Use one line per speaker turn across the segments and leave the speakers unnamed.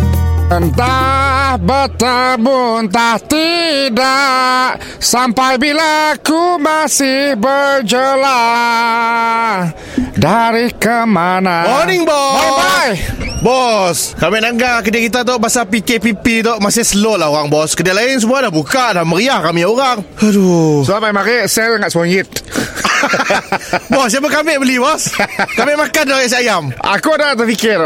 Entah bertemu entah tidak Sampai bila ku masih berjelah Dari kemana
Morning, boss.
Bye bye
Bos Kami nanggar kedai kita tu Pasal PKPP tu Masih slow lah orang bos Kedai lain semua dah buka Dah meriah kami orang Aduh
So mai mari sel dengan RM1
Bos siapa kami beli bos Kami makan dah isi ayam
Aku dah terfikir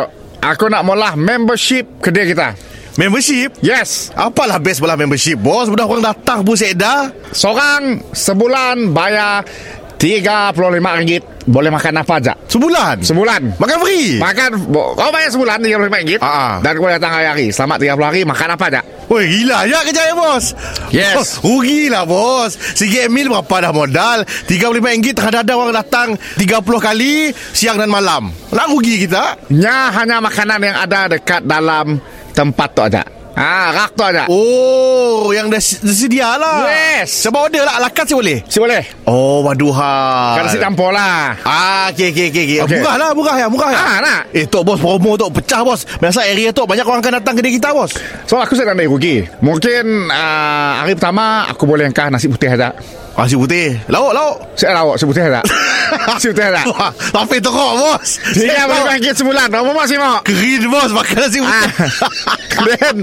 Aku nak mula membership kedai kita
Membership
Yes
Apalah best pula membership bos Budak orang datang pun sedah
Seorang sebulan bayar RM35 Boleh makan apa aja
Sebulan
Sebulan
Makan free
Makan Ha, bo- Kau bayar sebulan RM35
Ah, ah.
Dan kau datang hari-hari Selamat 30 hari Makan apa aja
Woi gila ya kerja ya bos
Yes.
oh, Rugi lah bos Sikit mil berapa dah modal RM35 terhadap orang datang 30 kali Siang dan malam Nak rugi kita
Nya hanya makanan yang ada dekat dalam tempat tu aja Ah, rak tu aja
Oh, yang dah s- sedia lah.
Yes.
Sebab order lah, alakat saya boleh.
Si boleh
Oh, waduhai.
Kalau si campur lah
Ah, okay, okay, okay, okay.
Kan Okey.
Murah lah, murah ya, murah ya.
Ah, nak.
Eh, Tok Bos, promo Tok, pecah Bos. Biasa area Tok, banyak orang akan datang kedai kita Bos.
So aku sedang naik rugi Mungkin ah, hari pertama Aku boleh angkah nasi putih aja
Nasi Ah, putih. Lauk, lauk.
Saya lawak nasi putih aja Nasi putih aja
Wah, tapi teruk Bos. Saya tahu.
RM35 sebulan Kamu masih mau
Kerin Bos, makan nasi
Ah,
putih.
Then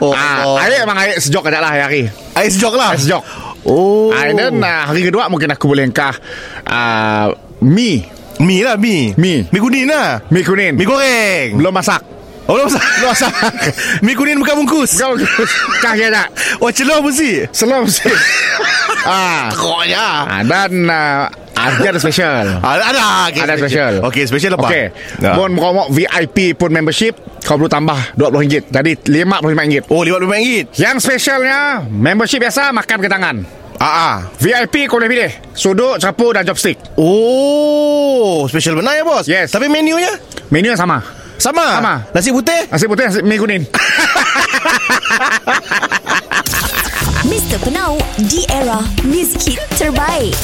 Oh,
ah,
Allah.
Air memang air sejok aja lah hari-hari
Ais jok lah.
Ais jok.
Oh.
Ah, and then uh, hari kedua mungkin aku boleh engkah uh, mi,
Mi lah, mi.
Mi.
Mi kuning lah.
mi kuning.
Mi goreng.
Belum masak.
Oh, belum masak. Belum masak. mi kuning bukan bungkus.
Kau kah dia tak?
Oh, celup mesti.
Selam sih. ah,
Teruknya.
ah, dan uh, ada special.
Ah, Ada, ada. Okay,
Ada special.
Okey, special apa?
Okey.
Ah.
Bon meromok VIP pun membership kau perlu tambah RM20. Jadi RM55.
Oh, lewat RM5.
Yang specialnya membership biasa makan ke tangan.
Ah, ah.
VIP kau boleh pilih Sudut, capur dan chopstick
Oh, special benar ya, bos?
Yes.
Tapi menunya
Menu yang sama
sama.
Sama.
Nasi putih?
Nasi putih, nasi mi kuning
Mr. Penau, di era music hit terbaik.